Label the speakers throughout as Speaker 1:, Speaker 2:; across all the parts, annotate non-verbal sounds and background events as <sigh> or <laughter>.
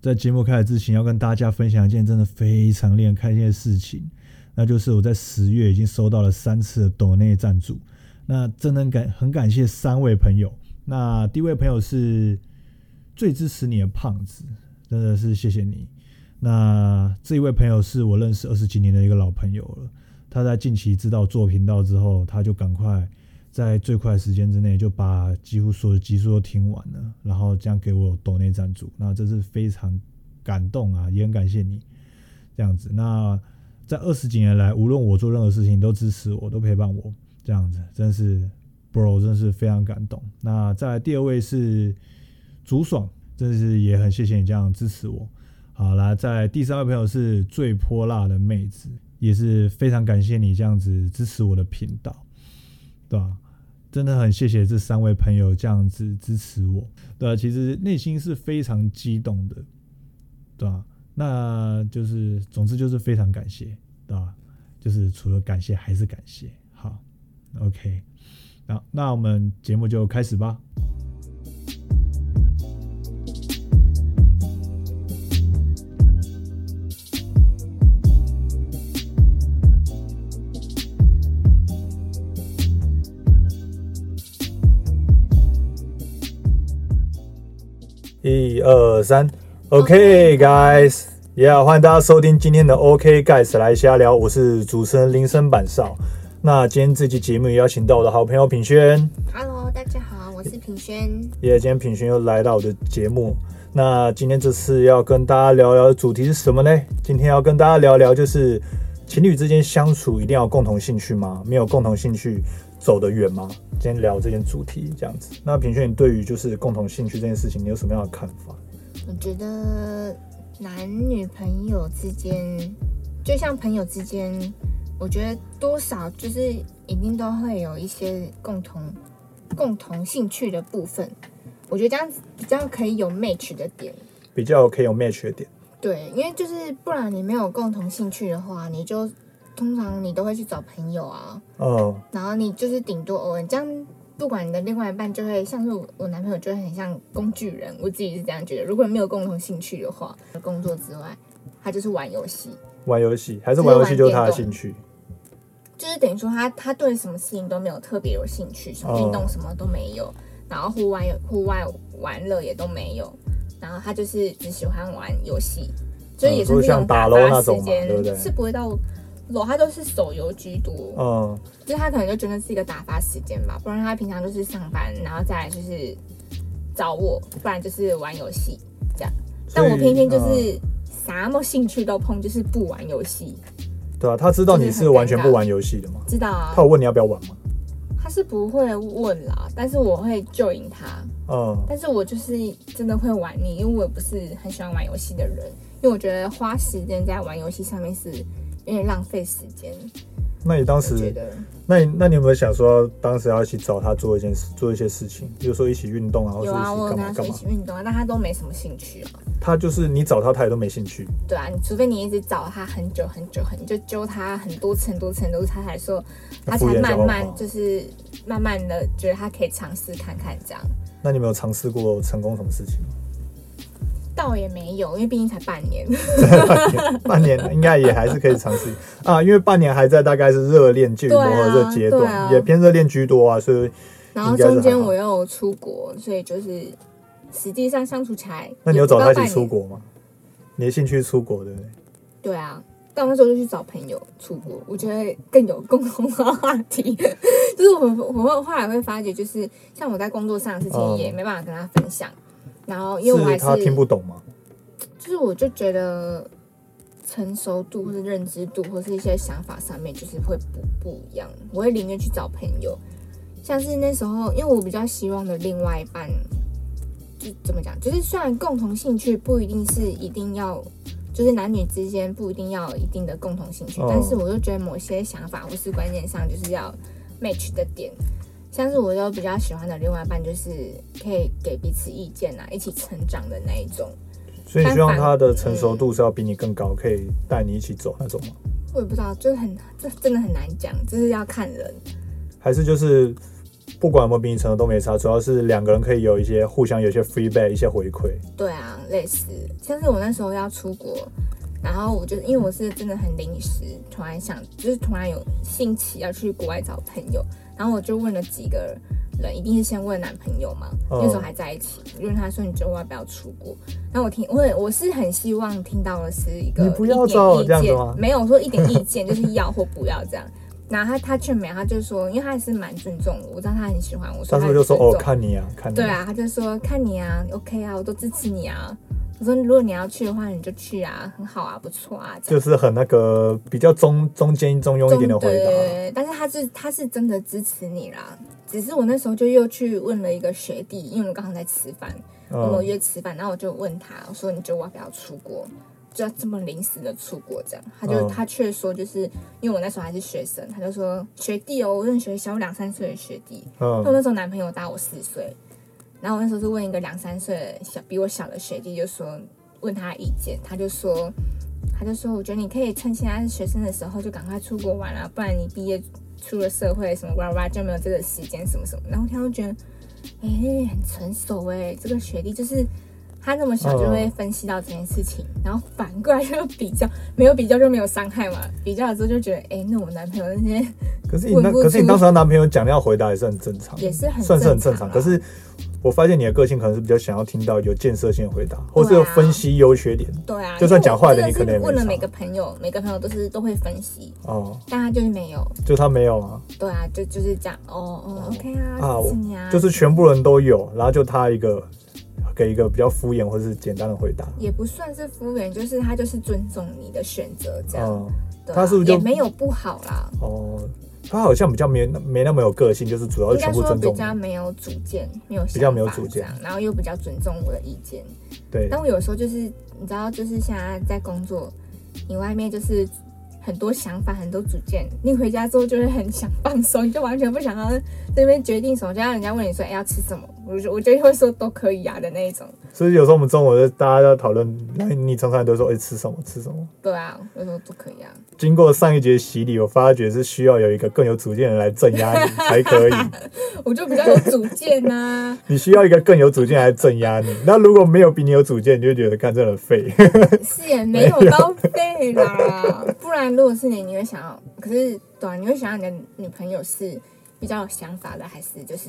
Speaker 1: 在节目开始之前，要跟大家分享一件真的非常令人开心的事情，那就是我在十月已经收到了三次的抖内赞助，那真的很感很感谢三位朋友。那第一位朋友是最支持你的胖子，真的是谢谢你。那这一位朋友是我认识二十几年的一个老朋友了，他在近期知道做频道之后，他就赶快在最快的时间之内就把几乎所有集数都听完了，然后这样给我抖内赞助，那这是非常感动啊，也很感谢你这样子。那在二十几年来，无论我做任何事情，都支持我，都陪伴我，这样子真是 bro，真是非常感动。那再来第二位是竹爽，真是也很谢谢你这样支持我。好啦，在第三位朋友是最泼辣的妹子，也是非常感谢你这样子支持我的频道，对吧、真的很谢谢这三位朋友这样子支持我，对啊其实内心是非常激动的，对吧、那就是，总之就是非常感谢，对吧、啊就是除了感谢还是感谢。好，OK，那那我们节目就开始吧。一二三
Speaker 2: OK，
Speaker 1: ，OK，guys，也、yeah, 欢迎大家收听今天的 OK guys 来瞎聊，我是主持人林森板少。那今天这期节目也邀请到我的好朋友品轩，
Speaker 2: Hello，大家好，我是品轩。
Speaker 1: 也、今天品轩又来到我的节目。那今天这次要跟大家聊聊的主题是什么呢？今天要跟大家聊聊就是情侣之间相处一定要有共同兴趣吗？没有共同兴趣走得远吗？今天聊这件主题这样子。那品轩，你对于就是共同兴趣这件事情，你有什么样的看法？
Speaker 2: 我嗯觉得男女朋友之间，就像朋友之间，我觉得多少就是一定都会有一些共同共同兴趣的部分。我觉得这样子比较可以有 match 的点，
Speaker 1: 比较可以有 match 的点。
Speaker 2: 对，因为就是不然你没有共同兴趣的话，你就通常你都会去找朋友啊，
Speaker 1: 嗯，
Speaker 2: 然后你就是顶多偶尔这样，不管你的另外一半就会像是我我男朋友就会很像工具人，我自己是这样觉得。如果没有共同兴趣的话，工作之外，他就是玩游戏，
Speaker 1: 玩游戏还是玩游戏就是他的兴趣。
Speaker 2: 就是等于说他他对什么事情都没有特别有兴趣，什么运动什么都没有，然后户外户外玩乐也都没有，然后他就是只喜欢玩游戏，嗯就是也是
Speaker 1: 就是
Speaker 2: 那
Speaker 1: 像
Speaker 2: 种
Speaker 1: 打
Speaker 2: 打
Speaker 1: 咯那
Speaker 2: 发
Speaker 1: 种
Speaker 2: 时
Speaker 1: 嘛
Speaker 2: 间，
Speaker 1: 对不对
Speaker 2: 是不会到。楼他都是手游居多，
Speaker 1: 嗯，
Speaker 2: 就是他可能就觉得是一个打发时间吧，不然他平常就是上班，然后再来就是找我，不然就是玩游戏这样。但我
Speaker 1: 所以
Speaker 2: 偏偏就
Speaker 1: 嗯
Speaker 2: 是啥么兴趣都碰，就是不玩游戏，
Speaker 1: 对啊，他知道你是完全不玩游戏的吗？
Speaker 2: 知道啊
Speaker 1: 他？有问你要不要玩吗？
Speaker 2: 他是不会问啦，但是我会救引他。
Speaker 1: 嗯，
Speaker 2: 但是我就是真的会玩腻，因为我也不是很喜欢玩游戏的人，因为我觉得花时间在玩游戏上面是有点浪费时间。
Speaker 1: 那你当
Speaker 2: 我觉
Speaker 1: 时，
Speaker 2: 得
Speaker 1: 那你那你有没有想说，当时要一起找他做一件事，做一些事情，比如说一起运动啊，或者
Speaker 2: 有啊，我有
Speaker 1: 一起干嘛
Speaker 2: 跟他说
Speaker 1: 干
Speaker 2: 一
Speaker 1: 嘛？
Speaker 2: 起运动啊，但他都没什么兴趣啊。
Speaker 1: 他就是你找他，他也都没兴趣。
Speaker 2: 对啊，你除非你一直找他很久很久很，你就揪他很多次很多次很多次，他才说，他
Speaker 1: 敷
Speaker 2: 才
Speaker 1: 衍哦
Speaker 2: 慢
Speaker 1: 小宝宝
Speaker 2: 慢就是慢慢的觉得他可以尝试看看这样，
Speaker 1: 那你有没有尝试过成功什么事情 <laughs> 吗？
Speaker 2: 倒也没有，因为毕竟才半年， <laughs>
Speaker 1: 半年应该也还是可以尝试啊，因为半年还在大概是热恋介于磨合
Speaker 2: 对
Speaker 1: 的
Speaker 2: 啊
Speaker 1: 阶
Speaker 2: 对
Speaker 1: 段，
Speaker 2: 啊
Speaker 1: 也偏热恋居多啊，所以
Speaker 2: 然后
Speaker 1: 应该是还好
Speaker 2: 中间我又出国，所以就是实际上相处起来，
Speaker 1: 那你有找他一起出
Speaker 2: 出？
Speaker 1: 国吗？你的兴趣是出国对不对？
Speaker 2: 对啊。但我那时候就去找朋友出国，我觉得更有共同的话题。 <laughs> 就是我我会后来会发觉，就是像我在工作上的事情
Speaker 1: 嗯
Speaker 2: 也没办法跟他分享，然后因为我还
Speaker 1: 他听不懂吗？
Speaker 2: 就是我就觉得成熟度或者认知度或是一些想法上面就是会不不一样，我会宁愿去找朋友。像是那时候，因为我比较希望的另外一半，就怎么讲，就是虽然共同兴趣不一定是一定要，就是男女之间不一定要有一定的共同兴趣，
Speaker 1: 哦
Speaker 2: 但是我就觉得某些想法或是观念上就是要 match 的点。像是我就比较喜欢的另外一半，就是可以给彼此意见啊，一起成长的那一种。
Speaker 1: 所以你希望他的成熟度是要比你更高，可以带你一起走那种吗？
Speaker 2: 我也不知道，就是很这真的很难讲，就是要看人。
Speaker 1: 还是就是不管有没有比你成熟都没差，主要是两个人可以有一些互相有一些 feedback 一些回馈。
Speaker 2: 对啊，类似，像是我那时候要出国，然后我就因为我是真的很临时，突然想，就是突然有兴起要去国外找朋友，然后我就问了几个人，一定是先问男朋友嘛，
Speaker 1: 嗯
Speaker 2: 那时候还在一起，我就问他说你觉得我要不要出国？然后我听，我也我是很希望听到的是一个
Speaker 1: 你不要
Speaker 2: 一点
Speaker 1: 找我
Speaker 2: 意
Speaker 1: 这样子
Speaker 2: 见
Speaker 1: 吗
Speaker 2: 没有说一点意见，就是要或不要这样。然后他他却没有，他就说，因为他还是蛮尊重我，我知道他很喜欢我，所
Speaker 1: 但是
Speaker 2: 以他
Speaker 1: 我
Speaker 2: 很
Speaker 1: 就说
Speaker 2: 尊
Speaker 1: 哦，
Speaker 2: 重
Speaker 1: 看你啊，看你。
Speaker 2: 对，啊，他就说看你啊，OK 啊，我都支持你啊。我说如果你要去的话，你就去啊，很好啊，不错啊，这
Speaker 1: 就
Speaker 2: 样。
Speaker 1: 是很那个比较中中间中庸一点的回答。
Speaker 2: 对，但是他是他是真的支持你啦，只是我那时候就又去问了一个学弟，因为我们刚好在吃饭，我们有
Speaker 1: 嗯，
Speaker 2: 约吃饭，然后我就问他，我说你觉得我要不要出国？就这么临时的出国这样，他就、
Speaker 1: 嗯
Speaker 2: 他却说，就是因为我那时候还是学生，他就说学弟哦，我认识小我两三岁的学弟，那我
Speaker 1: 嗯，
Speaker 2: 那时候男朋友大我四岁，然后我那时候是问一个两三岁的小比我小的学弟，就说问他意见，他就说，他就说，我觉得你可以趁现在是学生的时候就赶快出国玩啊，不然你毕业出了社会什么哇哇就没有这个时间什么什么。然后他就觉得，哎、很成熟哎、这个学弟就是。他那么小就会分析到这件事情，然后反过来就比较，没有比较就没有伤害嘛。比较了之后就觉得，哎、那我男朋友那些
Speaker 1: 可是你那
Speaker 2: 问不
Speaker 1: 可是你
Speaker 2: 出
Speaker 1: 当时的男朋友讲要回答也是很正常，
Speaker 2: 也是很
Speaker 1: 算是很正
Speaker 2: 正
Speaker 1: 常。
Speaker 2: 常啊
Speaker 1: 可是我发现你的个性可能是比较想要听到有建设性的回答，或是
Speaker 2: 对
Speaker 1: 有
Speaker 2: 啊
Speaker 1: 分析优缺点
Speaker 2: 对啊，
Speaker 1: 就算讲坏的
Speaker 2: 因为
Speaker 1: 你
Speaker 2: 我
Speaker 1: 可能也没
Speaker 2: 问了
Speaker 1: 差
Speaker 2: 每个朋友，每个朋友都是都会分析，
Speaker 1: 哦。
Speaker 2: 但他就是没有。
Speaker 1: 就他没有啊，
Speaker 2: 对啊，就就是这样。哦哦，OK
Speaker 1: 啊
Speaker 2: 啊，
Speaker 1: 我
Speaker 2: 谢谢你啊，
Speaker 1: 就是全部人都有，然后就他一个给一个比较敷衍或是简单的回答。
Speaker 2: 也不算是敷衍，就是他就是尊重你的选择这样。
Speaker 1: 嗯，
Speaker 2: 对啊
Speaker 1: 他是不是就
Speaker 2: 也没有不好啦？
Speaker 1: 哦，他好像比较没没那么有个性，就是主要
Speaker 2: 应
Speaker 1: 是全
Speaker 2: 该
Speaker 1: 部
Speaker 2: 说
Speaker 1: 尊
Speaker 2: 比
Speaker 1: 重
Speaker 2: 较
Speaker 1: 你。
Speaker 2: 没有主见，没有比
Speaker 1: 比较没有主见，
Speaker 2: 然后又比较尊重我的意见。
Speaker 1: 对，
Speaker 2: 但我有时候就是，你知道，就是现在在工作，你外面就是很多想法、很多主见，你回家之后就会很想放松，你就完全不想要在那边决定什么。就像人家问你说，哎、要吃什么，我就我就会说都可以啊的那一种。
Speaker 1: 所以有时候我们中午就大家在讨论，那你常常都说哎、吃什么吃什么。
Speaker 2: 对啊，我说都可以啊。
Speaker 1: 经过上一节洗礼，我发觉是需要有一个更有主见的人来镇压你才可
Speaker 2: <laughs>
Speaker 1: 以。
Speaker 2: 我就比较有主见啊呐、
Speaker 1: 你需要一个更有主见来镇压你。那如果没有比你有主见，你就觉得干这很废。
Speaker 2: 是也没有到废啦。不然如果是你，你会想要，可是对啊，你会想要你的女朋友是比较有想法的，还是就是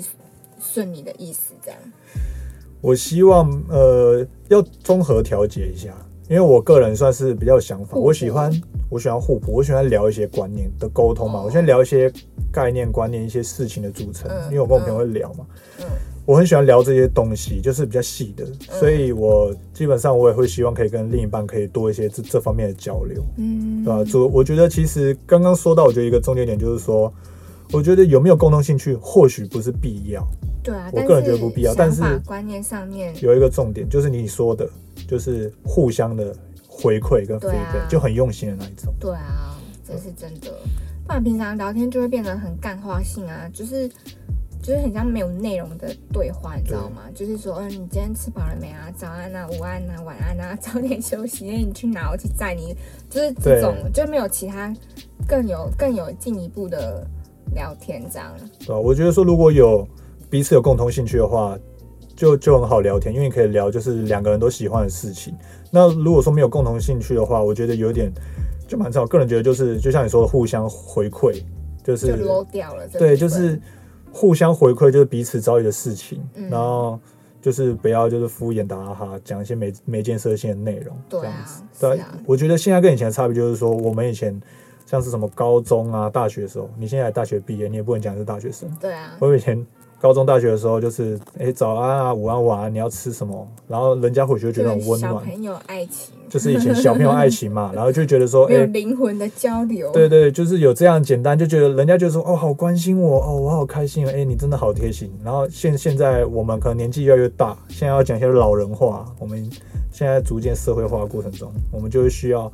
Speaker 2: 顺你的意思这样？
Speaker 1: 我希望呃要综合调节一下，因为我个人算是比较有想法，
Speaker 2: 互补
Speaker 1: 我喜欢我喜欢互补，我喜欢聊一些观念的沟通嘛，
Speaker 2: 哦
Speaker 1: 我喜欢聊一些概念、观念、一些事情的组成，
Speaker 2: 嗯
Speaker 1: 因为我跟我朋友会聊嘛。
Speaker 2: 嗯
Speaker 1: 我很喜欢聊这些东西，就是比较细的，所以我基本上我也会希望可以跟另一半可以多一些这这方面的交流。
Speaker 2: 嗯，
Speaker 1: 对吧、主我觉得其实刚刚说到，我觉得一个重点点就是说，我觉得有没有共同兴趣或许不是必要，
Speaker 2: 对啊，
Speaker 1: 我
Speaker 2: 但
Speaker 1: 个人觉得
Speaker 2: 是
Speaker 1: 不必要
Speaker 2: 想
Speaker 1: 但是
Speaker 2: 法观念上面，
Speaker 1: 有一个重点就是你说的，就是互相的回馈跟
Speaker 2: 对
Speaker 1: feedback，、
Speaker 2: 啊
Speaker 1: 就很用心的那一种。
Speaker 2: 对啊，这是真的。不然平常聊天就会变得很干话性啊，就是就是很像没有内容的对话，你知道吗？就是说，嗯、你今天吃饱了没啊？早安啊，午安啊，晚安啊，早点休息。哎你去哪？我去载你。就是这种，就没有其他更有更有进一步的聊天这样。
Speaker 1: 对吧、我觉得说如果有彼此有共同兴趣的话，就就很好聊天，因为你可以聊就是两个人都喜欢的事情。那如果说没有共同兴趣的话，我觉得有点就蛮少。个人觉得就是就像你说的，互相回馈，就是
Speaker 2: 就 low 掉了这部分。
Speaker 1: 对，就是互相回馈，就是彼此遭遇的事情，
Speaker 2: 嗯
Speaker 1: 然后就是不要就是敷衍打哈哈，讲一些没没建设性的内容，
Speaker 2: 对
Speaker 1: 这
Speaker 2: 啊
Speaker 1: 样子。
Speaker 2: 是啊
Speaker 1: 对，我觉得现在跟以前的差别就是说，我们以前像是什么高中啊、大学的时候，你现在大学毕业，你也不能讲是大学生。
Speaker 2: 对啊，
Speaker 1: 我以前高中、大学的时候，就是
Speaker 2: 嗯
Speaker 1: 哎、早安啊、午安、晚安，你要吃什么？然后人家会觉得觉得很
Speaker 2: 就
Speaker 1: 温
Speaker 2: 是小
Speaker 1: 暖，
Speaker 2: 朋友爱情，
Speaker 1: 就是以前小朋友爱情嘛，然后就觉得
Speaker 2: <laughs>
Speaker 1: 说
Speaker 2: 没
Speaker 1: 哎、
Speaker 2: 有灵魂的交流。
Speaker 1: 对对，就是有这样简单，就觉得人家就说哦，好关心我哦，我好开心哦，哎，你真的好贴心。然后现现在我们可能年纪越来越大，现在要讲一些老人话，我们现在逐渐社会化的过程中，我们就会需要，哦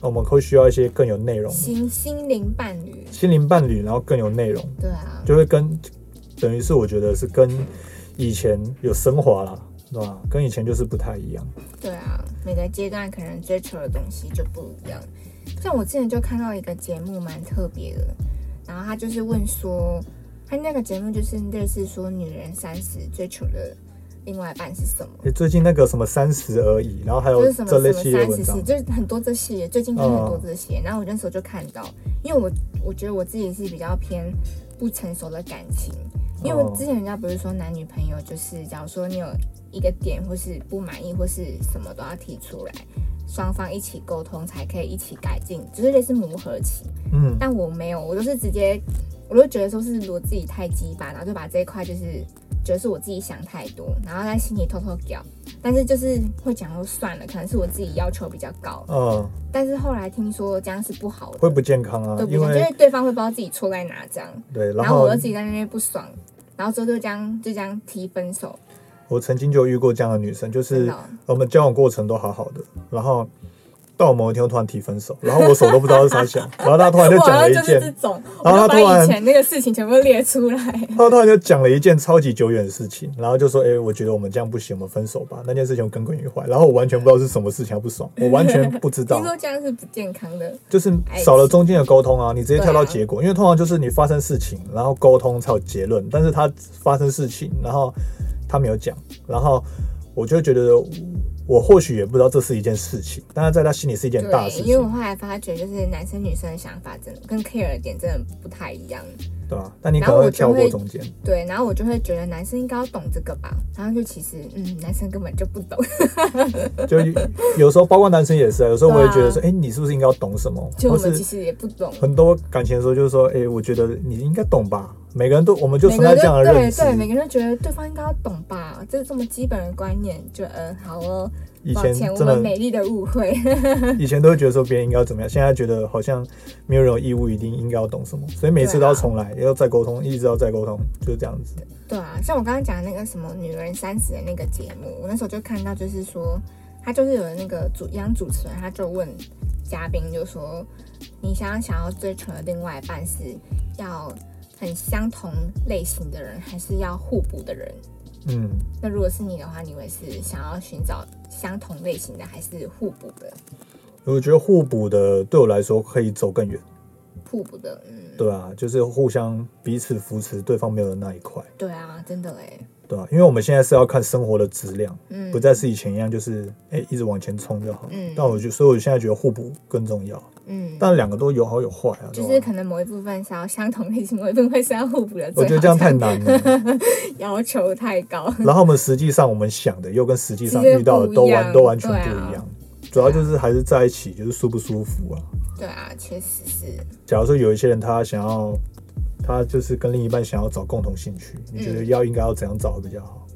Speaker 1: 我们会需要一些更有内容，
Speaker 2: 心心灵伴侣，
Speaker 1: 心灵伴侣，然后更有内容，
Speaker 2: 对啊，
Speaker 1: 就会跟等于是我觉得是跟以前有升华啦，对吧？跟以前就是不太一样。
Speaker 2: 对啊，每个阶段可能追求的东西就不一样。像我之前就看到一个节目蛮特别的，然后他就是问说，他那个节目就是类似说女人三十追求的另外一半是什么，
Speaker 1: 诶最近那个什么三十而已，然后还
Speaker 2: 就
Speaker 1: 有
Speaker 2: 是什么
Speaker 1: 这
Speaker 2: 什
Speaker 1: 类
Speaker 2: 么
Speaker 1: 系列
Speaker 2: 三
Speaker 1: 文
Speaker 2: 十
Speaker 1: 章嗯
Speaker 2: 四，，就是很多这系列，最近就是很多这些。然后我那时候就看到，因为我我觉得我自己是比较偏不成熟的感情，因为
Speaker 1: 哦
Speaker 2: 我之前人家不是说男女朋友就是，假如说你有一个点或是不满意或是什么都要提出来，双方一起沟通才可以一起改进，就是类似磨合期。
Speaker 1: 嗯，
Speaker 2: 但我没有，我都是直接，我就觉得说是我自己太鸡巴，然后就把这一块就是觉得是我自己想太多，然后在心里偷偷屌，但是就是会讲说算了，可能是我自己要求比较高，
Speaker 1: 嗯，
Speaker 2: 但是后来听说这样是不好的，
Speaker 1: 会不健康啊
Speaker 2: 对，不
Speaker 1: 因
Speaker 2: 对？因
Speaker 1: 为
Speaker 2: 为对方会不知道自己错在哪这样，
Speaker 1: 对，然
Speaker 2: 然后
Speaker 1: 后
Speaker 2: 我就自己在那边不爽，然后之后就这样就这样提分手，
Speaker 1: 我曾经就遇过这样的女生，就
Speaker 2: 真
Speaker 1: 是
Speaker 2: 的哦、
Speaker 1: 我们交往过程都好好的，然后到某一天我突然提分
Speaker 2: <laughs>
Speaker 1: 手，然后我手都不知道是啥想，然后她突然就
Speaker 2: 我
Speaker 1: 讲
Speaker 2: 好
Speaker 1: 了
Speaker 2: 像
Speaker 1: 一
Speaker 2: 就是这
Speaker 1: 件，
Speaker 2: 种，
Speaker 1: 然
Speaker 2: 我
Speaker 1: 后他
Speaker 2: 就
Speaker 1: 突然
Speaker 2: 把以前那个事情全部列出来。
Speaker 1: 她突然就讲了一件超级久远的事情，然后就说，哎、我觉得我们这样不行，我们分手吧。那件事情我耿耿于怀，然后我完全不知道是什么事情，她不爽，我完全不
Speaker 2: <laughs>
Speaker 1: 知道
Speaker 2: 听，说这样是不健康的，
Speaker 1: 就是
Speaker 2: 哎
Speaker 1: 少了中间的沟通啊，你直接跳到结果，因为通常就是你发生事情，然后沟通才有结论，但是她发生事情，然后她没有讲，然后我就会觉得。我或许也不知道这是一件事情，但是在她心里是一件大
Speaker 2: 对，
Speaker 1: 事情。
Speaker 2: 因为我后来发觉，就是男生女生的想法真的跟 care 的点真的不太一样。
Speaker 1: 对吧、但你可
Speaker 2: 然后
Speaker 1: 能会
Speaker 2: 我就
Speaker 1: 跳过
Speaker 2: 会
Speaker 1: 中间，
Speaker 2: 对，然后我就会觉得男生应该要懂这个吧，然后就其实，嗯，男生根本就不懂。
Speaker 1: 就有时候包括男生也是啊，有时候我也觉得说，
Speaker 2: <laughs> 对
Speaker 1: 哎、你是不是应该要懂什么？
Speaker 2: 就
Speaker 1: 或
Speaker 2: 我们其
Speaker 1: 是
Speaker 2: 实也不懂，
Speaker 1: 很多感情的时候，就是说，哎、我觉得你应该懂吧。每个人都，我们就
Speaker 2: 每
Speaker 1: 存
Speaker 2: 个
Speaker 1: 在
Speaker 2: 人
Speaker 1: 这样
Speaker 2: 都
Speaker 1: 的认
Speaker 2: 对
Speaker 1: 知。
Speaker 2: 对，每个人都觉得对方应该要懂吧，这是这么基本的观念。就嗯，好哦，
Speaker 1: 以
Speaker 2: 抱
Speaker 1: 前
Speaker 2: 歉，我
Speaker 1: 真
Speaker 2: 们
Speaker 1: 的，
Speaker 2: 美丽的误会。
Speaker 1: 以前都会觉得说别人应该要怎么样，现在觉得好像没有人有义务一定应该要懂什么，所以每次都要
Speaker 2: 啊
Speaker 1: 重来，要再沟通，一直要再沟通，就是这样子。
Speaker 2: 对啊，像我刚刚讲的那个什么《女人三十》的那个节目，我那时候就看到，就是说他就是有那个主央主持人，他就问嘉宾，就说你想要想要追求的另外一半是要很相同类型的人，还是要互补的人？
Speaker 1: 嗯，
Speaker 2: 那如果是你的话，你会是想要寻找相同类型的，还是互补的？
Speaker 1: 我觉得互补的对我来说可以走更远，
Speaker 2: 互补的，嗯，
Speaker 1: 对吧、就是互相彼此扶持对方没有的那一块，
Speaker 2: 对啊，真的哎，
Speaker 1: 对吧、因为我们现在是要看生活的质量。
Speaker 2: 嗯，
Speaker 1: 不再是以前一样，就是哎、诶一直往前冲就好。
Speaker 2: 嗯
Speaker 1: 但我就所以我现在觉得互补更重要，
Speaker 2: 嗯，
Speaker 1: 但两个都有好有坏啊。
Speaker 2: 就
Speaker 1: 对
Speaker 2: 是
Speaker 1: 吧
Speaker 2: 可能某一部分是要相同类型，某一部分是要互补的，
Speaker 1: 我觉得这样太难了。
Speaker 2: 要求太高。
Speaker 1: 然后我们实际上我们想的又跟实际上遇到的都
Speaker 2: 嗯其实不一
Speaker 1: 完
Speaker 2: 样
Speaker 1: 都完全
Speaker 2: 对啊
Speaker 1: 不一样，主要就是还是在一起就是舒不舒服啊。
Speaker 2: 对啊，确实是。
Speaker 1: 假如说有一些人他想要，他就是跟另一半想要找共同兴趣，你觉得要应该要怎样找会比较好？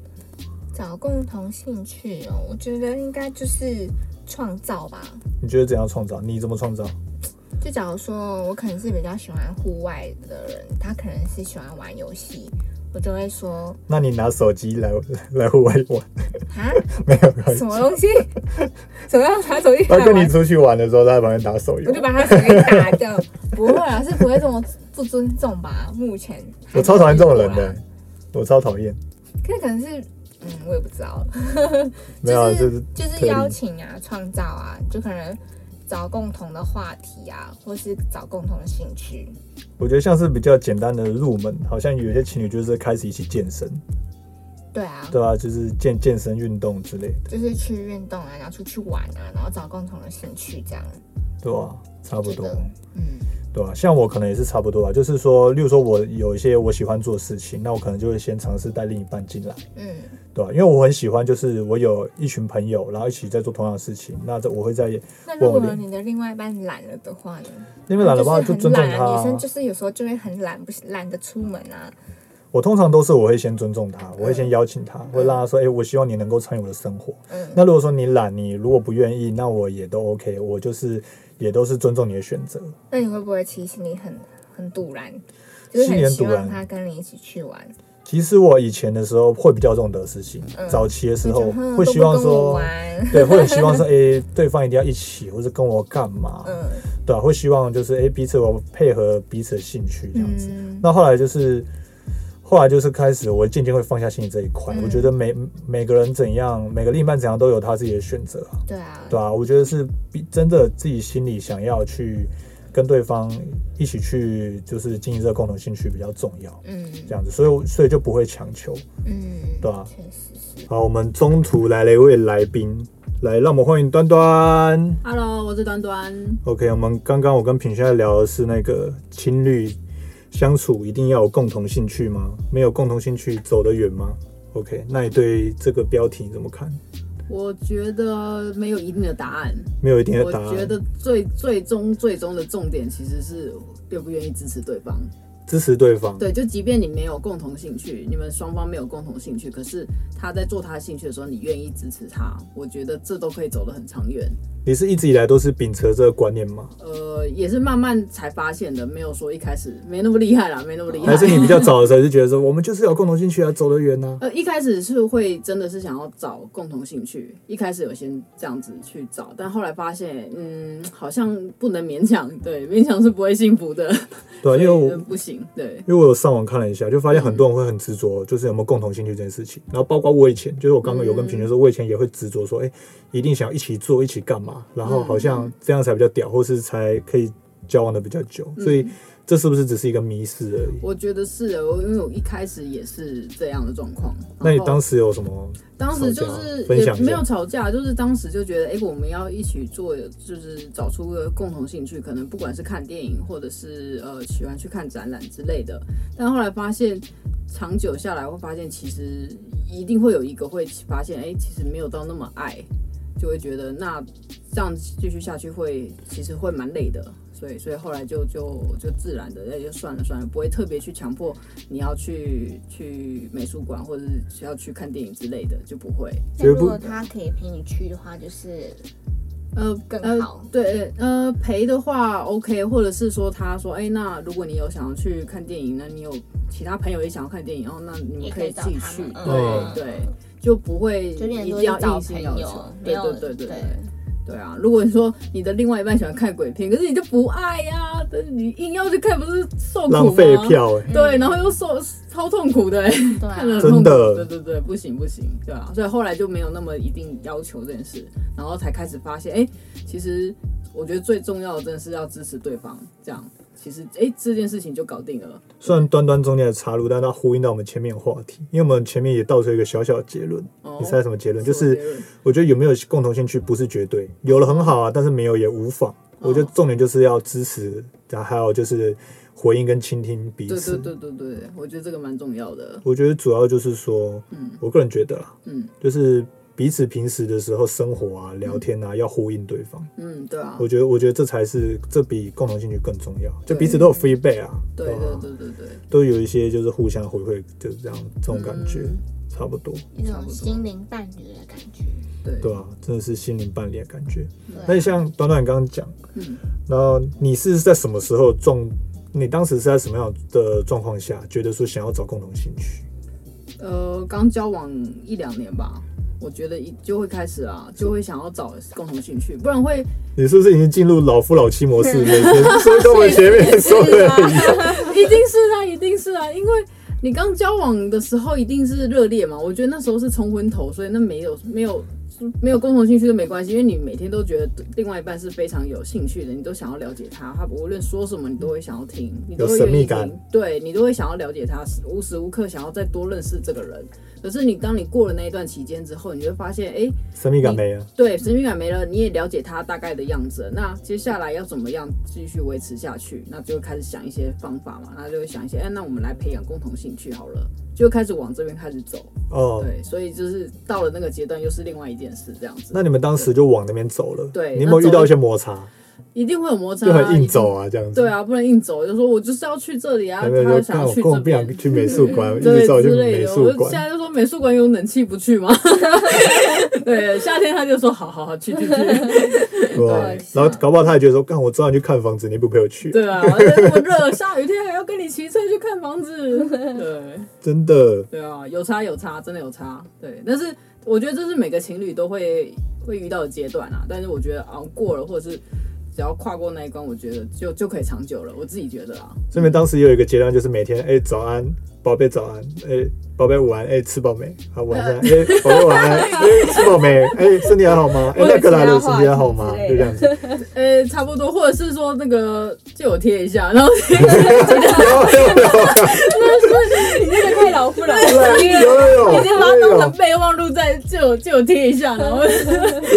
Speaker 2: 找共同兴趣哦，我觉得应该就是创造吧。
Speaker 1: 你觉得怎样创造？你怎么创造？
Speaker 2: 就假如说我可能是比较喜欢户外的人，他可能是喜欢玩游戏，我就会说
Speaker 1: 那你拿手机来 <laughs> 来户外
Speaker 2: <laughs>
Speaker 1: 玩，
Speaker 2: 啊，
Speaker 1: <laughs> 没有关系
Speaker 2: 什。么东西，什么要拿手机
Speaker 1: 他
Speaker 2: 来
Speaker 1: 跟你
Speaker 2: 玩，
Speaker 1: 出去玩的时候，他在旁边打手游
Speaker 2: 我就。把他手机打掉。不会啊，是不会这么不尊重吧？目前还
Speaker 1: 我
Speaker 2: 没
Speaker 1: 超讨厌这种人
Speaker 2: 遇过
Speaker 1: 的、
Speaker 2: 啊，
Speaker 1: 我超讨厌。
Speaker 2: 可是可能是。嗯，我也不知道，
Speaker 1: 没有啊，就
Speaker 2: 就
Speaker 1: 是
Speaker 2: 就是
Speaker 1: 推理
Speaker 2: 邀请啊、创造啊，就可能找共同的话题啊，或是找共同的兴趣，
Speaker 1: 我觉得像是比较简单的入门，好像有些情侣就是开始一起健身，
Speaker 2: 对啊，
Speaker 1: 对啊，就是健健身运动之类的，
Speaker 2: 就是去运动啊，然后出去玩啊，然后找共同的兴趣这样。
Speaker 1: 对啊，差不多
Speaker 2: 我觉，得嗯，
Speaker 1: 对啊，像我可能也是差不多啊，就是说，例如说我有一些我喜欢做的事情，那我可能就会先尝试带另一半进来，
Speaker 2: 嗯，
Speaker 1: 对啊，因为我很喜欢，就是我有一群朋友，然后一起在做同样的事情，那这我会在
Speaker 2: 那如
Speaker 1: 我
Speaker 2: 果
Speaker 1: 的
Speaker 2: 你的另外一半懒了的话呢？
Speaker 1: 那边懒的话
Speaker 2: 就是
Speaker 1: 就
Speaker 2: 很
Speaker 1: 尊重
Speaker 2: 懒
Speaker 1: 他、
Speaker 2: 啊，女
Speaker 1: 啊
Speaker 2: 生。就是有时候就会很懒，不是懒得出门啊。
Speaker 1: 我通常都是我会先尊重
Speaker 2: 嗯
Speaker 1: 他，我会先邀请他，会让他说，哎、我希望你能够参与我的生活，
Speaker 2: 嗯，
Speaker 1: 那如果说你懒，你如果不愿意，那我也都 OK，我就是也都是尊重你的选择。
Speaker 2: 那你会不会其实心里很很堵然，就是
Speaker 1: 心里
Speaker 2: 很
Speaker 1: 很
Speaker 2: 希
Speaker 1: 堵
Speaker 2: 望
Speaker 1: 然
Speaker 2: 他跟你一起去玩？
Speaker 1: 其实我以前的时候会比较这种得失心，
Speaker 2: 嗯
Speaker 1: 早期的时
Speaker 2: 就觉
Speaker 1: 候
Speaker 2: 得哼
Speaker 1: 会
Speaker 2: 都
Speaker 1: 希
Speaker 2: 不
Speaker 1: 望
Speaker 2: 跟我
Speaker 1: 说，
Speaker 2: <laughs> 玩，
Speaker 1: 对，会很希望说，哎、对方一定要一起，或者跟我干嘛，
Speaker 2: 嗯
Speaker 1: 对啊，会希望就是哎、彼此我配合彼此的兴趣这样子。
Speaker 2: 嗯，
Speaker 1: 那后来就是，后来就是开始，我渐渐会放下心里这一块。
Speaker 2: 嗯
Speaker 1: 我觉得每每个人怎样，每个另一半怎样都有他自己的选择啊。
Speaker 2: 对啊，
Speaker 1: 对啊，我觉得是比真的自己心里想要去跟对方一起去就是经营这个共同兴趣比较重要，
Speaker 2: 嗯
Speaker 1: 这样子，所以我所以就不会强求。
Speaker 2: 嗯，
Speaker 1: 对啊
Speaker 2: 确实是。
Speaker 1: 好，我们中途来了一位来宾，来让我们欢迎端端。
Speaker 3: Hello，我是端端。
Speaker 1: OK，我们刚刚我跟品现在聊的是那个情侣相处一定要有共同兴趣吗？没有共同兴趣走得远吗？OK，那你对这个标题怎么看？
Speaker 3: 我觉得没有一定的答案，
Speaker 1: 没有一定的
Speaker 3: 我
Speaker 1: 答案。
Speaker 3: 觉得最最终最终的重点其实是愿不愿意支持对方。
Speaker 1: 支持对方，
Speaker 3: 对，就即便你没有共同兴趣，你们双方没有共同兴趣，可是他在做他的兴趣的时候，你愿意支持他，我觉得这都可以走得很长远。
Speaker 1: 你是一直以来都是秉持这个观念
Speaker 3: <laughs>
Speaker 1: 吗？
Speaker 3: 呃，也是慢慢才发现的，没有说一开始没那么厉害啦，没那么厉害。
Speaker 1: 还是你比较早的时候就觉得说，我们就是有共同兴趣啊，走得远啊？
Speaker 3: 呃，一开始是会真的是想要找共同兴趣，一开始有先这样子去找，但后来发现，嗯，好像不能勉强，对，勉强是不会幸福的，
Speaker 1: 对啊，因为我
Speaker 3: 呃不行，对，
Speaker 1: 因为我有上网看了一下，就发现很多人会很执着，就是有没有共同兴趣这件事情。然后包括我以前，就是我刚刚有跟平权说，我以前也会执着说，哎、一定想要一起做，一起干嘛，然后好像这样才比较屌，或是才可以交往的比较久。所以这是不是只是一个迷失而已？
Speaker 3: 我觉得是的，我因为我一开始也是这样的状况。
Speaker 1: 那你
Speaker 3: 然后
Speaker 1: 当时有什么？
Speaker 3: 当时就
Speaker 1: 吵架
Speaker 3: 是
Speaker 1: 分
Speaker 3: 也
Speaker 1: 享一下
Speaker 3: 没有吵架，就是当时就觉得，哎、我们要一起做，就是找出个共同兴趣，可能不管是看电影，或者是呃喜欢去看展览之类的。但后来发现，长久下来会发现，其实一定会有一个会发现，哎、其实没有到那么爱，就会觉得那这样继续下去会其实会蛮累的。所以，所以后来就就就自然的，那就算了算了，不会特别去强迫你要去去美术馆或者是要去看电影之类的，就不会。
Speaker 1: 觉得
Speaker 2: 那
Speaker 1: 不
Speaker 2: 如果他可以陪你去的话，就是
Speaker 3: 呃，
Speaker 2: 更
Speaker 3: 呃
Speaker 2: 好
Speaker 3: 对，呃，陪的话 OK，或者是说他说，哎、那如果你有想要去看电影，那你有其他朋友也想要看电影，哦，那你们
Speaker 2: 也
Speaker 3: 可
Speaker 2: 可
Speaker 3: 以
Speaker 2: 以
Speaker 3: 自己
Speaker 2: 找他
Speaker 3: 去，
Speaker 2: 们
Speaker 3: 对、
Speaker 1: 嗯
Speaker 3: 对，就不会一
Speaker 2: 就变
Speaker 3: 定
Speaker 2: 成说
Speaker 3: 要
Speaker 2: 去找
Speaker 3: 硬性
Speaker 2: 朋
Speaker 3: 要求
Speaker 2: 友，，没
Speaker 3: 对
Speaker 2: 有
Speaker 3: 对对对对。对啊，如果你说你的另外一半喜欢看鬼片，可是你就不爱呀、但是你硬要去看，不是受苦吗？
Speaker 1: 浪费票哎、
Speaker 3: 对，然后又受超痛苦的、欸，
Speaker 2: 对啊
Speaker 3: 看着很
Speaker 1: 真
Speaker 3: 痛苦
Speaker 1: 的
Speaker 3: 对对对，不行不行，对啊，所以后来就没有那么一定要求这件事，然后才开始发现，哎、其实我觉得最重要的真的是要支持对方，这样，其实哎、这件事情就搞定了，
Speaker 1: 虽然端端中间的插入，但它呼应到我们前面的话题，因为我们前面也道出一个小小的结论。
Speaker 3: 哦
Speaker 1: 你猜什么结论？就
Speaker 3: 我
Speaker 1: 是
Speaker 3: 觉得
Speaker 1: 我觉得有没有共同兴趣不是绝对，有了很好啊，但是没有也无妨。
Speaker 3: 嗯
Speaker 1: 我觉得重点就是要支持，然后还有就是回应跟倾听彼
Speaker 3: 对
Speaker 1: 此
Speaker 3: 对。对对对，我觉得这个蛮重要的，
Speaker 1: 我觉得主要就是说，
Speaker 3: 嗯
Speaker 1: 我个人觉得啦，
Speaker 3: 嗯
Speaker 1: 就是彼此平时的时候生活啊、聊天啊，要呼应对方。
Speaker 3: 嗯，对啊
Speaker 1: 我，觉得，我觉得这才是这比共同兴趣更重要，就
Speaker 3: 对
Speaker 1: 彼此都有 feedback 啊，
Speaker 3: 对
Speaker 1: 吧
Speaker 3: 对对对对，嗯
Speaker 1: 都有一些就是互相回馈，就是这样这种感觉，
Speaker 3: 嗯
Speaker 1: 差不多，
Speaker 2: 一种心灵伴侣的感觉。
Speaker 3: 对
Speaker 1: 对啊，真的是心灵伴侣的感觉。那
Speaker 2: 对
Speaker 1: 你
Speaker 2: 啊，
Speaker 1: 像短短刚刚讲，
Speaker 3: 嗯
Speaker 1: 然后你是在什么时候状？你当时是在什么样的状况下，觉得说想要找共同兴趣？
Speaker 3: 呃，刚交往一两年吧。我觉得一就会开始啊，就会想要找共同兴趣，不然会
Speaker 1: 你是不是已经进入老夫老妻模
Speaker 3: <laughs>
Speaker 1: 式？每天所以跟我们前面说的一样，
Speaker 3: 一定是啊，一定是啊，因为你刚交往的时候一定是热烈嘛，我觉得那时候是冲昏头，所以那没有没有没有共同兴趣都没关系，因为你每天都觉得另外一半是非常有兴趣的，你都想要了解他，他无论说什么你都会想要听，你都会
Speaker 1: 有神
Speaker 3: 愿
Speaker 1: 秘
Speaker 3: 意
Speaker 1: 感
Speaker 3: 听，对你都会想要了解他，无时无刻想要再多认识这个人。可是你当你过了那一段期间之后，你就会发现，哎、
Speaker 1: 神秘感没了。
Speaker 3: 对，神秘感没了，你也了解他大概的样子了。那接下来要怎么样继续维持下去？那就会开始想一些方法嘛，那就会想一些，哎，那我们来培养共同兴趣好了，就开始往这边开始走。
Speaker 1: 哦，
Speaker 3: 对，所以就是到了那个阶段，又是另外一件事这样子。
Speaker 1: 那你们当时就往那边走了。
Speaker 3: 对
Speaker 1: 你有没有遇到一些摩擦？
Speaker 3: 一定会有摩擦、
Speaker 1: 就
Speaker 3: 啊，
Speaker 1: 很
Speaker 3: 一
Speaker 1: 硬
Speaker 3: 定
Speaker 1: 走。啊，这样子。
Speaker 3: 对，啊，不能硬走，就说我就是要去这里啊，
Speaker 1: 有没有
Speaker 3: 他
Speaker 1: 就
Speaker 3: 想
Speaker 1: 看
Speaker 3: 要
Speaker 1: 我
Speaker 3: 去
Speaker 1: 根
Speaker 3: 这
Speaker 1: 本不
Speaker 3: 边
Speaker 1: 想。去美术
Speaker 3: <laughs>
Speaker 1: 馆，一
Speaker 3: 对
Speaker 1: 直走去
Speaker 3: 之类
Speaker 1: 美
Speaker 3: 的，我
Speaker 1: 术
Speaker 3: 就现
Speaker 1: 馆。
Speaker 3: 在就说美术馆有冷气不去吗？ <laughs> 对，夏天他就说好好好去去去。
Speaker 1: 对啊，然后搞不好他也觉得说，干，我知道你去看房子，你不陪我去，
Speaker 3: 对啊，这么
Speaker 2: <laughs>
Speaker 3: 热，下雨天还要跟你骑车去看房子。对
Speaker 1: 真的。
Speaker 3: 对啊，有差有差，真的有差。对，但是我觉得这是每个情侣都会会遇到的阶段啊。但是我觉得熬过了，或者是只要跨过那一关，我觉得就就可以长久了。我自己觉得啊，
Speaker 1: 这边当时也有一个阶段，就是每天，哎、早安，宝贝早安，哎、宝贝午安，哎、吃饱没？
Speaker 2: <laughs>
Speaker 1: 啊，晚上，哎、宝贝晚安，哎、吃饱没？哎、身体还好吗？哎、那个啦，你身体还好吗？
Speaker 2: 类
Speaker 1: 就这
Speaker 2: 的。
Speaker 1: 样
Speaker 2: <laughs>
Speaker 1: 子。
Speaker 3: 呃、差不多，或者是说那个借我贴一下，然后
Speaker 2: <laughs> 哎
Speaker 3: <laughs>
Speaker 2: 你这个太老夫老妻了，
Speaker 1: 有有有，
Speaker 3: 我就把它
Speaker 1: 有
Speaker 3: 弄成备忘录在借我借我贴一下，然
Speaker 2: 哎
Speaker 3: 后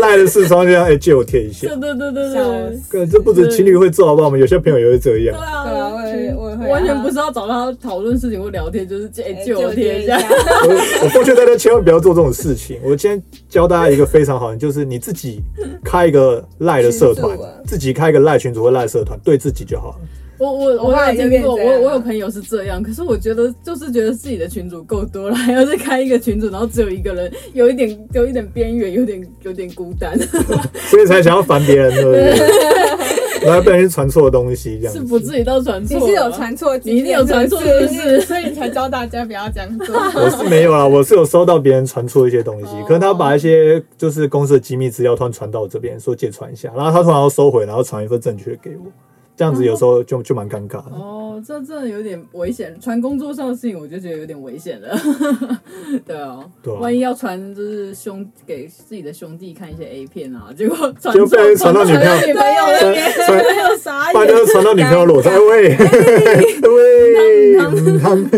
Speaker 1: 赖的视窗这样，哎、借我贴一下
Speaker 3: <laughs> 对。对对对
Speaker 2: 笑
Speaker 3: 对。
Speaker 2: 死。
Speaker 1: 干这不止情侣会做好不好？我们有些朋友也会这样
Speaker 2: 对
Speaker 3: 对。
Speaker 2: 啊
Speaker 3: 啊，
Speaker 2: 我也我也会啊哎
Speaker 3: 完全不是要找他讨论事情或聊天，就是借、借我贴一下。
Speaker 1: 我我奉劝大家千万不要做这种事情。我今天教大家一个非常好的，就是你自己开一个赖的社团
Speaker 2: <laughs> 群组啊，
Speaker 1: 自己开一个赖群组或赖社团，对自己就好了。
Speaker 3: <laughs> 我我
Speaker 2: 我后来
Speaker 3: 我
Speaker 2: 就
Speaker 3: 有听
Speaker 2: 变
Speaker 3: 过，我
Speaker 2: 这样
Speaker 3: 我有朋友是这样，可是我觉得就是觉得自己的群主够多了， <laughs> 还要再开一个群主，然后只有一个人，有一点有一点边缘，有点有点孤单，
Speaker 1: 所以才想要烦别人，对不对？
Speaker 3: <laughs>
Speaker 1: 然后不小心传错东西，这样
Speaker 3: <laughs> 是
Speaker 1: 子
Speaker 3: 不至于到传错
Speaker 2: 你
Speaker 3: 啦。
Speaker 2: 是有传错经验，
Speaker 3: 你一定有传错
Speaker 2: 是
Speaker 3: 是不是
Speaker 2: <laughs> 所以你才教大家不要这样做。 <laughs>
Speaker 1: 我是没有啦，我是有收到别人传错一些东西，
Speaker 3: 哦
Speaker 1: 可能他把一些就是公司的机密资料突然传到我这边，说借传一下，然后他突然要收回，然后传一份正确给我，这样子有时候就就蛮尴尬的。
Speaker 3: 哦，这真的有点危险，传工作上的事情我就觉得有点危险了。 <laughs> 对哦，
Speaker 1: 对啊
Speaker 3: 万一要传就是兄给自己的兄弟看一些 A 片啊，结果传
Speaker 1: 结果被人传到
Speaker 3: 女
Speaker 1: 女朋友
Speaker 3: 女朋友那边，
Speaker 1: 传
Speaker 3: 女朋友傻
Speaker 1: 不然就
Speaker 3: 眼。
Speaker 1: 是传到女朋友裸照，哎喂喂，嗯他们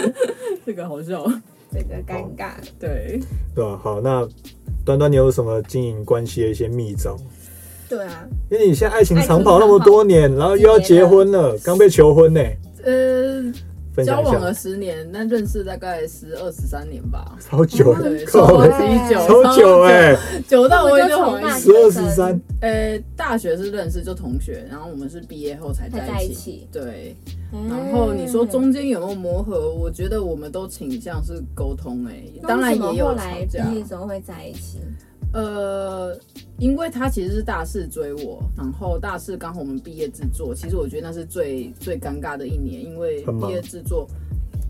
Speaker 3: <laughs> 这个好笑，
Speaker 2: 这个尴尬，
Speaker 3: 对，
Speaker 1: 对吧、好，那端端你有什么经营关系的一些秘招？
Speaker 2: 对啊，
Speaker 1: 因为你现在爱情长跑那么多年，然后又要结婚了，刚被求婚呢、
Speaker 3: 呃，
Speaker 1: 分
Speaker 3: 哎
Speaker 1: 享
Speaker 3: 交
Speaker 1: 一
Speaker 3: 往了
Speaker 1: 下，
Speaker 3: 十年，那认识大概十二十三年吧。
Speaker 1: 好久了
Speaker 3: 对，，
Speaker 1: 靠
Speaker 3: 超
Speaker 1: 北
Speaker 3: 级久，
Speaker 1: 超久
Speaker 3: <laughs>
Speaker 1: 哎、
Speaker 3: 久到我有点
Speaker 2: 我就从
Speaker 3: 怀
Speaker 2: 大
Speaker 3: 疑。
Speaker 1: 十二十三，
Speaker 3: 呃，大学是认识就同学，然后我们是毕业后才
Speaker 2: 才
Speaker 3: 在
Speaker 2: 在
Speaker 3: 一
Speaker 2: 一
Speaker 3: 起
Speaker 2: 起。哎
Speaker 3: 对，然后你说中间有没有磨合？我觉得我们都倾向是沟通哎、
Speaker 2: 嗯，
Speaker 3: 当然
Speaker 2: 那为
Speaker 3: 也
Speaker 2: 什么后
Speaker 3: 有吵
Speaker 2: 来毕
Speaker 3: 架。
Speaker 2: 业时候会在一起，
Speaker 3: 呃，因为他其实是大四追我，然后大四刚好我们毕业制作，其实我觉得那是最最尴尬的一年，因为
Speaker 1: 很
Speaker 3: 毕
Speaker 1: 忙
Speaker 3: 业制作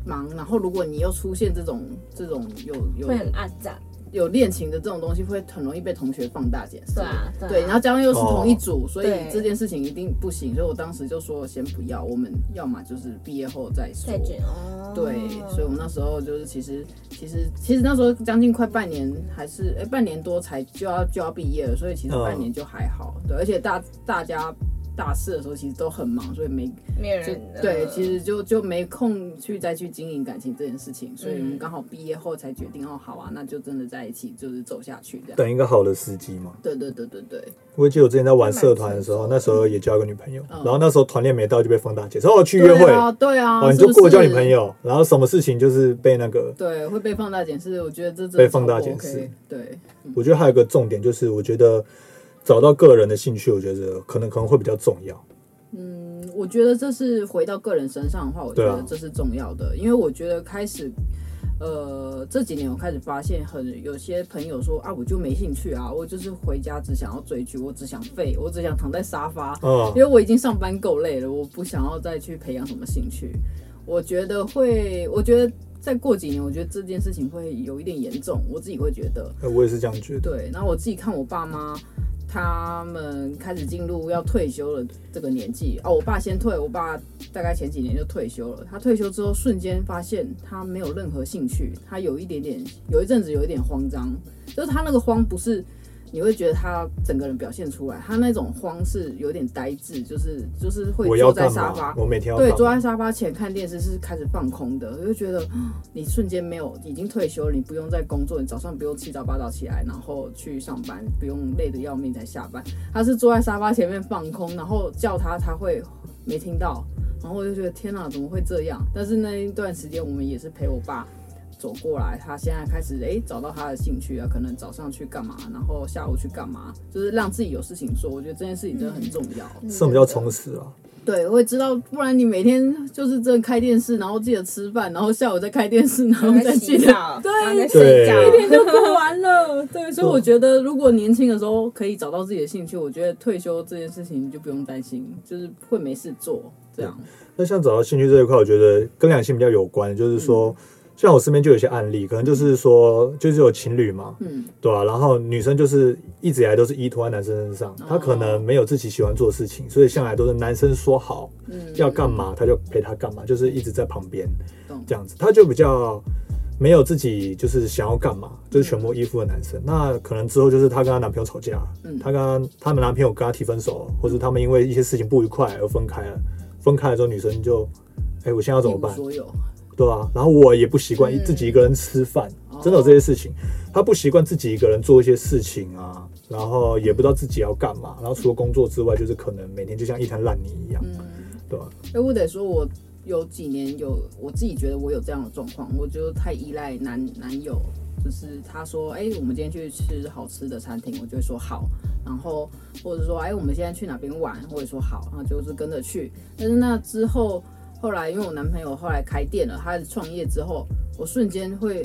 Speaker 3: 忙，然后如果你又出现这种这种有有
Speaker 2: 会很阿杂，
Speaker 3: 有恋情的这种东西，会很容易被同学放大解释。
Speaker 2: 对啊，对啊
Speaker 3: 对，然后加上又是同一
Speaker 1: 哦
Speaker 3: 组，所以
Speaker 2: 对
Speaker 3: 这件事情一定不行，所以我当时就说先不要，我们要么就是毕业后再说
Speaker 2: 再。见哦，
Speaker 3: 对，所以我们那时候就是其实其实其实那时候将近快半年，还是哎、半年多才就要就要毕业了，所以其实
Speaker 1: 嗯
Speaker 3: 半年就还好。对，而且大大家大四的时候其实都很忙，所以没
Speaker 2: 没有
Speaker 3: 就
Speaker 2: 人
Speaker 3: 对，其实就就没空去再去经营感情这件事情，所以我们
Speaker 2: 嗯
Speaker 3: 刚好毕业后才决定哦，好啊，那就真的在一起，就是走下去这样。
Speaker 1: 等一个好的时机嘛。
Speaker 3: 对对对对对，
Speaker 1: 我记得我之前在玩社团的时候，
Speaker 2: 还
Speaker 1: 那
Speaker 2: 蛮成熟的
Speaker 1: 时候也交一个女朋友，
Speaker 3: 嗯
Speaker 1: 然后那时候团练没到就被放大解释，哦，去约会，
Speaker 3: 对啊，对啊，
Speaker 1: 哦，你
Speaker 3: 是
Speaker 1: 就
Speaker 3: 不
Speaker 1: 过交
Speaker 3: 是
Speaker 1: 女朋，友，然后什么事情就是被那个。
Speaker 3: 对，会被放大检视，我觉得这真的
Speaker 1: 被放大
Speaker 3: 超不
Speaker 1: 检
Speaker 3: OK，
Speaker 1: 视
Speaker 3: 对，
Speaker 1: 我觉得还有一个重点就是，我觉得找到个人的兴趣，我觉得可能可能会比较重要。
Speaker 3: 嗯，我觉得这是回到个人身上的话，我觉
Speaker 1: 对啊
Speaker 3: 得这是重要的，因为我觉得开始。呃，这几年我开始发现很，有些朋友说啊，我就没兴趣啊，我就是回家只想要追剧，我只想废，我只想躺在沙发，
Speaker 1: 嗯
Speaker 3: 因为我已经上班够累了，我不想要再去培养什么兴趣。我觉得会，我觉得再过几年，我觉得这件事情会有一点严重，我自己会觉得。
Speaker 1: 呃我也是这样觉得。
Speaker 3: 对，然后我自己看我爸妈，他们开始进入要退休了这个年纪哦，我爸先退，我爸大概前几年就退休了。他退休之后，瞬间发现他没有任何兴趣，他有一点点，有一阵子有一点慌张，就是他那个慌不是。你会觉得他整个人表现出来，他那种慌是有点呆滞，就是就是会
Speaker 1: 我要
Speaker 3: 坐在
Speaker 1: 干
Speaker 3: 沙发
Speaker 1: 嘛？，我每天要
Speaker 3: 对，
Speaker 1: 干
Speaker 3: 坐
Speaker 1: 嘛？
Speaker 3: 在沙发前看电视是开始放空的，我就觉得啊你瞬间没有，已经退休了，你不用再工作，你早上不用七早八早起来，然后去上班，不用累得要命才下班。他是坐在沙发前面放空，然后叫他他会没听到，然后我就觉得天哪，怎么会这样？但是那一段时间我们也是陪我爸。走过来，他现在开始诶找到他的兴趣啊，可能早上去干嘛，然后下午去干嘛，就是让自己有事情做。我觉得这件事情真的很重要。
Speaker 1: 什么叫充实啊？
Speaker 3: 对，我也知道，不然你每天就是真的开电视，然后记得吃饭，然后下午再开电视，然后
Speaker 2: 在
Speaker 3: 再记
Speaker 2: 洗
Speaker 3: 得
Speaker 2: 澡，
Speaker 3: <laughs>
Speaker 2: 然后在睡觉，
Speaker 1: 对
Speaker 3: 就过完了。对，所以我觉得如果年轻的时候可以找到自己的兴趣，我觉得退休这件事情你就不用担心，就是会没事做这样。
Speaker 1: 那像找到兴趣这一块，我觉得跟两性比较有关，就是
Speaker 3: 嗯
Speaker 1: 说，像我身边就有一些案例，可能就是说，就是有情侣嘛，
Speaker 3: 嗯，
Speaker 1: 对啊，然后女生就是一直以来都是依托在男生身上，
Speaker 3: 哦
Speaker 1: 她可能没有自己喜欢做的事情，所以向来都是男生说好
Speaker 3: 嗯
Speaker 1: 要干嘛，她就陪他干嘛，就是一直在旁边
Speaker 3: 懂
Speaker 1: 这样子，她就比较没有自己就是想要干嘛，就是全部依附的男生。那可能之后就是她跟她男朋友吵架了，
Speaker 3: 嗯
Speaker 1: 她跟她她们男朋友跟她提分手，或者他们因为一些事情不愉快而分开了。分开了之后，女生就，哎、我现在要怎
Speaker 3: 一
Speaker 1: 么
Speaker 3: 无
Speaker 1: 办？
Speaker 3: 所有，
Speaker 1: 对啊，然后我也不习惯
Speaker 2: 嗯
Speaker 1: 自己一个人吃饭，
Speaker 3: 哦
Speaker 1: 真的有这些事情。他不习惯自己一个人做一些事情啊，然后也不知道自己要干嘛，然后除了工作之外，就是可能每天就像一滩烂泥一样，
Speaker 3: 嗯。
Speaker 1: 对吧、
Speaker 3: 哎，我得说，我有几年有我自己觉得我有这样的状况，我就太依赖男男友，就是他说，哎、我们今天去吃好吃的餐厅，我就会说好，然后或者说，哎、我们现在去哪边玩，我也说好，然后就是跟着去。但是那之后，后来因为我男朋友后来开店了，他创业之后，我瞬间会。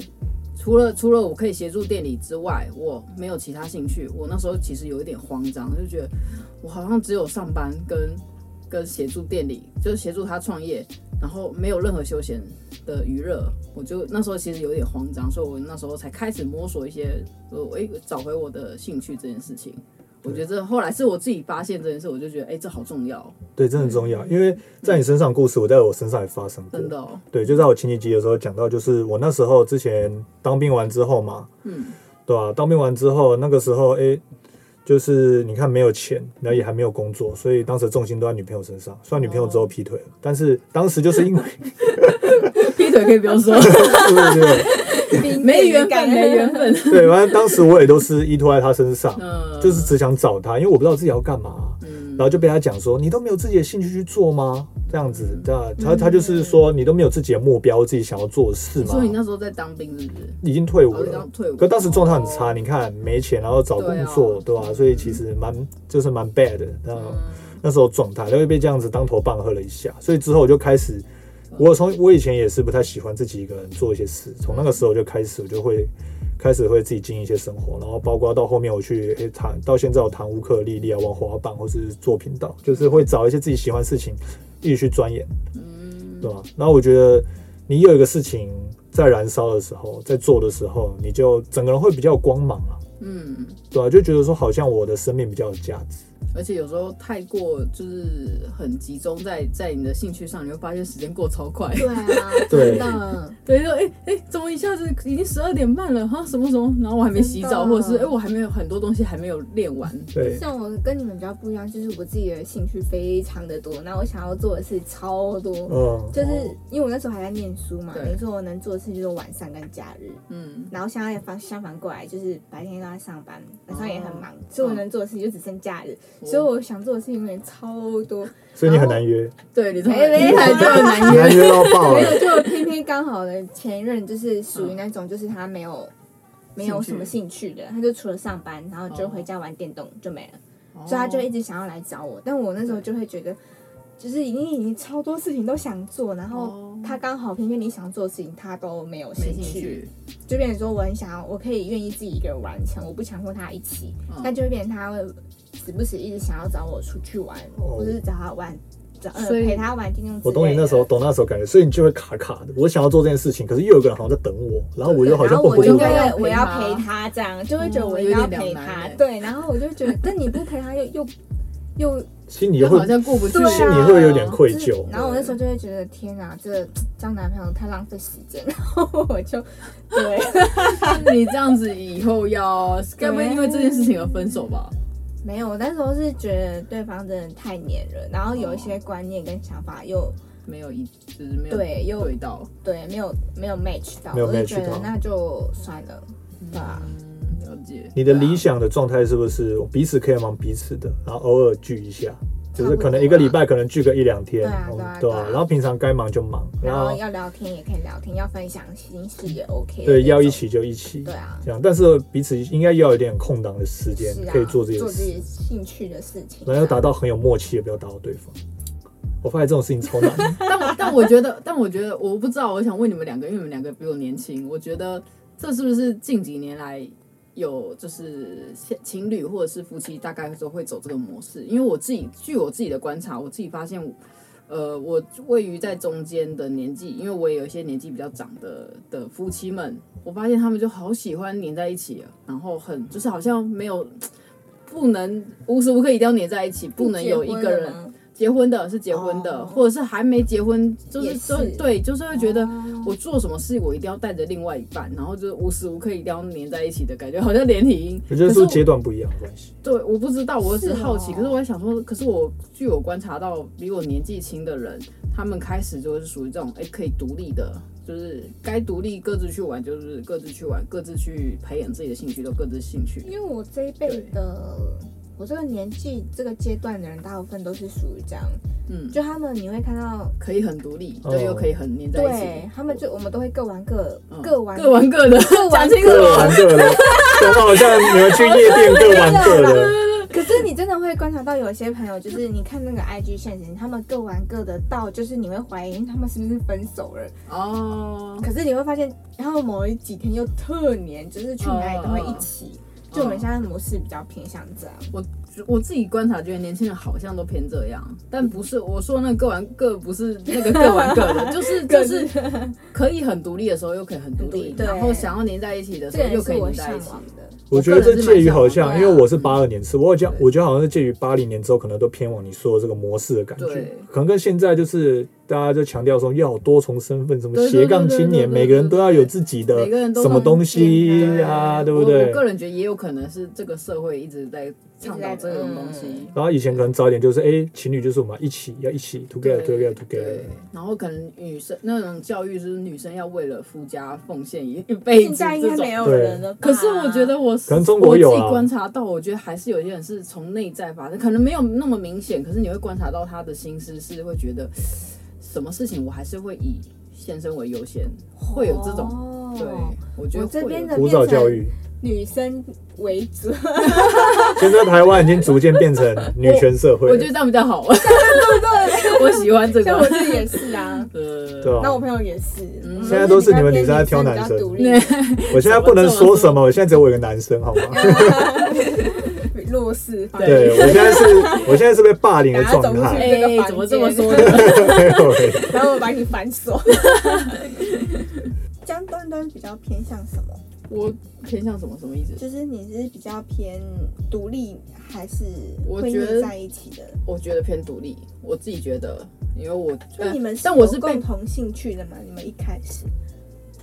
Speaker 3: 除了除了我可以协助店里之外，我没有其他兴趣。我那时候其实有一点慌张，就觉得我好像只有上班跟跟协助店里，就是协助他创业，然后没有任何休闲的娱乐，我就那时候其实有点慌张，所以我那时候才开始摸索一些，我诶、找回我的兴趣这件事情。我觉得这后来是我自己发现这件事，我就觉得诶、这好重 <laughs> 要，
Speaker 1: 对，真的很重要，因为在你身上的故事，我在我身上也发生过。
Speaker 3: 真的、哦。
Speaker 1: 对，就在我前几集的时候讲到，就是我那时候之前当兵完之后嘛，
Speaker 3: 嗯，
Speaker 1: 对吧、当兵完之后，那个时候，哎、就是你看没有钱，然后也还没有工作，所以当时重心都在女朋友身上。虽然女朋友之后劈腿了，但是当时就是因
Speaker 3: <laughs>
Speaker 1: 为
Speaker 3: 劈腿可以不用 <laughs> 说，
Speaker 1: 对对对
Speaker 3: 没缘分，没缘分。
Speaker 1: 对，反正当时我也都是依托在他身上，
Speaker 3: 嗯，
Speaker 1: 就是只想找他，因为我不知道自己要干嘛。
Speaker 3: 嗯
Speaker 1: 然后就被他讲说，你都没有自己的兴趣去做吗？这样子，那他他就是
Speaker 3: 嗯
Speaker 1: 说，你都没有自己的目标，自己想要做的事
Speaker 3: 你
Speaker 1: 吗
Speaker 3: 说？你那时候在当兵是不是？
Speaker 1: 已经退伍
Speaker 3: 哦，你刚
Speaker 1: 了，
Speaker 3: 退伍。
Speaker 1: 可当时状态很差，你看没钱，然后找工作，对
Speaker 3: 对啊嗯
Speaker 1: 吧、所以其实蛮就是蛮 bad 的，那那时候状态，都会被这样子当头棒喝了一下，所以之后我就开始，我从我以前也是不太喜欢自己一个人做一些事，从那个时候就开始，我就会开始会自己经营一些生活，然后包括到后面我去诶弹、到现在我弹乌克丽丽啊、玩滑板或是做频道，就是会找一些自己喜欢的事情一起去钻研，
Speaker 3: 嗯，
Speaker 1: 对吧？然后我觉得你有一个事情在燃烧的时候，在做的时候，你就整个人会比较有光芒啊，
Speaker 3: 嗯，
Speaker 1: 对啊吧、就觉得说好像我的生命比较有价值。
Speaker 3: 而且有时候太过就是很集中在在你的兴趣上，你会发现时间过超快。
Speaker 2: 对
Speaker 3: <laughs>
Speaker 2: 啊，
Speaker 1: 对
Speaker 2: 真的，
Speaker 3: 对，就哎哎，怎么一下子已经十二点半了哈？什么什么？然后我还没洗
Speaker 2: 真
Speaker 3: 澡，
Speaker 2: 的
Speaker 3: 或者是哎、我还没有很多东西还没有练完。
Speaker 1: 对，
Speaker 2: 像我跟你们比较不一样，就是我自己的兴趣非常的多，那我想要做的事超多，
Speaker 1: 嗯，
Speaker 2: 就是因为我那时候还在念书嘛，
Speaker 3: 哦对
Speaker 2: 等于说我能做的事就是晚上跟假日，
Speaker 3: 嗯，
Speaker 2: 然后相反反相反过来就是白天都在上班，晚上也很
Speaker 3: 哦
Speaker 2: 忙，所以我能做的事情就只剩假日，所以我想做的事情永远超多，
Speaker 1: 所以你很难约。
Speaker 3: <laughs> 对你从
Speaker 2: 没没
Speaker 3: 一来 <laughs> 就很难约。
Speaker 1: 难约到爆
Speaker 2: 没
Speaker 1: 了。
Speaker 2: 有，就偏偏刚好的前任就是属于那种，就是他没
Speaker 3: 嗯
Speaker 2: 有没有什么兴趣的，他就除了上班，然后就回家玩电动就没了，
Speaker 3: 哦
Speaker 2: 所以他就一直想要来找我。但我那时候就会觉得，就是已经已经超多事情都想做，然后
Speaker 3: 哦
Speaker 2: 他刚好偏偏你想做的事情他都没有
Speaker 3: 没
Speaker 2: 兴
Speaker 3: 兴
Speaker 2: 趣，
Speaker 3: 趣，
Speaker 2: 就变成说我很想要，我可以愿意自己一个人完成，我不强迫他一起，
Speaker 3: 嗯
Speaker 2: 但就会变成他会时不时一直想要找我出去玩，
Speaker 1: 哦
Speaker 2: 或者是找他玩。找呃
Speaker 3: 所以
Speaker 2: 陪他玩电动之类的，
Speaker 1: 我懂你那时候，懂那时候感觉，所以你就会卡卡的。我想要做这件事情，可是又有一个人好像在等我，然后啊我又好
Speaker 2: 然
Speaker 1: 像
Speaker 2: 后
Speaker 1: 蹦
Speaker 2: 我
Speaker 1: 不
Speaker 2: 就
Speaker 1: 出
Speaker 2: 会
Speaker 1: 来。
Speaker 2: 我要陪他，这样就会觉得我应该要陪他。对，然后我就觉得，但你不陪他又又又
Speaker 1: 心里
Speaker 3: 就
Speaker 1: 会
Speaker 3: 好像过不去，
Speaker 2: 对啊啊
Speaker 1: 心里会有点愧疚。
Speaker 2: 然后我那时候就会觉得，天哪，这交男朋友太浪费时间。然后 <laughs> 我就对， <laughs> 啊
Speaker 3: 你这样子以后要该不会因为这件事情而分手吧？
Speaker 2: 没有，我那时候是觉得对方真的太黏了，然后有一些观念跟想法又
Speaker 3: 没有一就是没有
Speaker 2: 对又
Speaker 3: 对到，
Speaker 2: 对没有没有 match 到，
Speaker 1: 没有
Speaker 2: 我就
Speaker 1: match
Speaker 2: 觉得
Speaker 1: 到
Speaker 2: 那就算了，对啊吧？
Speaker 3: 嗯，了解。
Speaker 1: 你的理想的状态是不是彼此可以忙彼此的，然后偶尔聚一下，就是可能一个礼拜可能聚个一两天，
Speaker 2: 差不多
Speaker 1: 嗯
Speaker 2: 啊
Speaker 1: 对
Speaker 2: 对啊对啊
Speaker 1: 啊然后平常该忙就忙，
Speaker 2: 然
Speaker 1: 然
Speaker 2: 后
Speaker 1: 后
Speaker 2: 要聊天也可以聊天，要分享心事也 OK 的那种。
Speaker 1: 对要一起就一起，
Speaker 2: 对啊。
Speaker 1: 这样。但是彼此应该要有点空档的时间
Speaker 2: 是啊，
Speaker 1: 可以做这些
Speaker 2: 做
Speaker 1: 事，
Speaker 2: 自己兴趣的事情，
Speaker 1: 然后要达到很有默契，也不要打扰对方。我发现这种事情超难的。
Speaker 3: 但我 <laughs> 但我觉得，但我觉得，我不知道，我想问你们两个，因为你们两个比我年轻，我觉得这是不是近几年来有就是情侣或者是夫妻大概都会走这个模式？因为我自己据呃我自己的观察，我自己发现我。呃，我位于在中间的年纪，因为我也有一些年纪比较长的呃的夫妻们，我发现他们就好喜欢黏在一起了，然后很就是好像没有呃不能无时无刻一定要黏在一起，不能有 <laughs> 一个人
Speaker 2: 人
Speaker 3: 结婚的是结婚的，
Speaker 2: 哦
Speaker 3: 或者是还没结婚，就
Speaker 2: 也
Speaker 3: 是
Speaker 2: 是哦
Speaker 3: 都对，就是会觉得、我做什么事我一定要带着另外一半，然后就是无时无刻一定要粘在一起的感觉，好像连体婴。
Speaker 1: 我觉得
Speaker 3: 可
Speaker 1: 是
Speaker 3: 我
Speaker 1: 阶段不一样的关系。
Speaker 3: 对，我不知道，我只是好奇。
Speaker 2: 是哦
Speaker 3: 可是我在想说，可是我据我观察到，比我年纪轻的人，他们开始就是属于这种，哎、可以独立的，就是该独立各自去玩，就是各自去玩，各自去培养自己的兴趣，都各自兴趣
Speaker 2: 因。为我这一辈的，我这个年纪这个阶段的人，大部分都是属于这样，
Speaker 3: 嗯，
Speaker 2: 就他们你会看到，
Speaker 3: 可以很独立，
Speaker 1: 哦
Speaker 3: 对，又可以很黏在一起
Speaker 2: 对。他们就我们都会各玩各，
Speaker 3: 嗯
Speaker 2: 各玩
Speaker 3: 各玩各的，
Speaker 2: 各玩
Speaker 3: 讲清
Speaker 1: 各
Speaker 3: 楚。
Speaker 1: 玩各的，搞不好像你们去夜店各玩各的。
Speaker 2: <laughs> 可是你真的会观察到，有些朋友就是你看那个 IG 现实，他们各玩各的到，就是你会怀疑他们是不是分手了。
Speaker 3: 哦，
Speaker 2: 可是你会发现，然后某一几天又特黏，就是去哪里都会一起。就我们现在模式比较偏向这样，
Speaker 3: 我我自己观察觉得年轻人好像都偏这样，但不是我说那个各玩各，不是那个各玩各
Speaker 2: <laughs>
Speaker 3: 的，就是就
Speaker 2: 各
Speaker 3: 是
Speaker 2: 自
Speaker 3: 可以很独立的时候又可以很独立，
Speaker 2: <laughs> 对
Speaker 3: 然后想要黏在一起的时
Speaker 2: 这
Speaker 3: 候
Speaker 2: 也
Speaker 3: 又可
Speaker 2: 是
Speaker 3: 以
Speaker 2: 我
Speaker 3: 黏在
Speaker 2: 向
Speaker 3: 一起。
Speaker 2: 往的。
Speaker 1: 我觉得这介于好像，
Speaker 2: 我个人是蛮向往的
Speaker 1: 因为我是八二年次，我好像
Speaker 3: 啊对
Speaker 1: 我觉得好像是介于八零年之后，可能都偏往你说的这个模式的感觉
Speaker 3: 对，
Speaker 1: 可能跟现在就是大家就强调说要有多重身份，什么
Speaker 3: 对对对
Speaker 1: 斜杠青
Speaker 3: 对对对
Speaker 1: 年，每个人都要有自己的
Speaker 3: 每个人都
Speaker 1: 什么东西
Speaker 2: 很健康
Speaker 1: 啊，对
Speaker 3: 我
Speaker 1: 不
Speaker 3: 我
Speaker 1: 对？
Speaker 3: 个人觉得也有可能是这个社会一直在倡导这种东
Speaker 2: 嗯
Speaker 3: 西。
Speaker 1: 然后以前可能早一点就是，哎，情侣就是我们要一起要一起 together
Speaker 3: 对
Speaker 1: together
Speaker 3: 对
Speaker 1: together，，
Speaker 3: 然后可能女生那种教育就是女生要为了夫家奉献一一辈
Speaker 2: 现
Speaker 3: 子
Speaker 2: 在应
Speaker 3: 哎这
Speaker 2: 该
Speaker 3: 种
Speaker 2: 没。有人了吧。
Speaker 3: 可是我觉得我
Speaker 1: 可能中国有
Speaker 3: 我
Speaker 1: 啊
Speaker 3: 自己观察到，我觉得还是有些人是从内在发生，可能没有那么明显，可是你会观察到他的心思是会觉得什么事情我还是会以先生为优先，会有这种。
Speaker 2: 哦
Speaker 3: 对，我觉得
Speaker 2: 我这
Speaker 3: 会有
Speaker 2: 边的
Speaker 1: 古早教育，
Speaker 2: 女生为
Speaker 3: <laughs>
Speaker 2: 主，
Speaker 1: <laughs> 现在台湾已经逐渐变成女权社会
Speaker 3: 我
Speaker 1: 了
Speaker 3: 觉，得这样比较好， <laughs> 我喜欢这
Speaker 2: <laughs> 像我
Speaker 3: 个。
Speaker 2: 自己也是啊，
Speaker 3: 呃，
Speaker 1: 对
Speaker 2: 那我
Speaker 1: 吧？
Speaker 2: 朋友也是。
Speaker 3: 嗯
Speaker 2: 我
Speaker 1: 现在都是
Speaker 2: 比较
Speaker 1: 你们
Speaker 2: 偏
Speaker 1: 女生在挑男
Speaker 2: 比较
Speaker 1: 生
Speaker 2: 独立
Speaker 1: 我现在不能说什么，我现在只有我一个男生，
Speaker 3: <laughs>
Speaker 1: 好吗？
Speaker 2: <laughs> 弱势方面。
Speaker 1: 对我现在是，
Speaker 3: <laughs>
Speaker 1: 我现在是被霸凌的状
Speaker 2: 大家走
Speaker 1: <laughs>
Speaker 2: 不出
Speaker 1: 态，
Speaker 2: 去
Speaker 3: 哎、怎么这么说呢？
Speaker 1: 没有没有
Speaker 2: <laughs> 然后我把你反锁。江端端比较偏向什么？
Speaker 3: 我偏向什么什么意思？
Speaker 2: 就是你是比较偏独立，还是
Speaker 3: 我
Speaker 2: 会
Speaker 3: 觉得
Speaker 2: 腻在一起的？
Speaker 3: 我觉得偏独立，我自己觉得，因为我
Speaker 2: 就你们
Speaker 3: 呃但我是
Speaker 2: 有
Speaker 3: 被
Speaker 2: 共同兴趣的嘛？你们一开始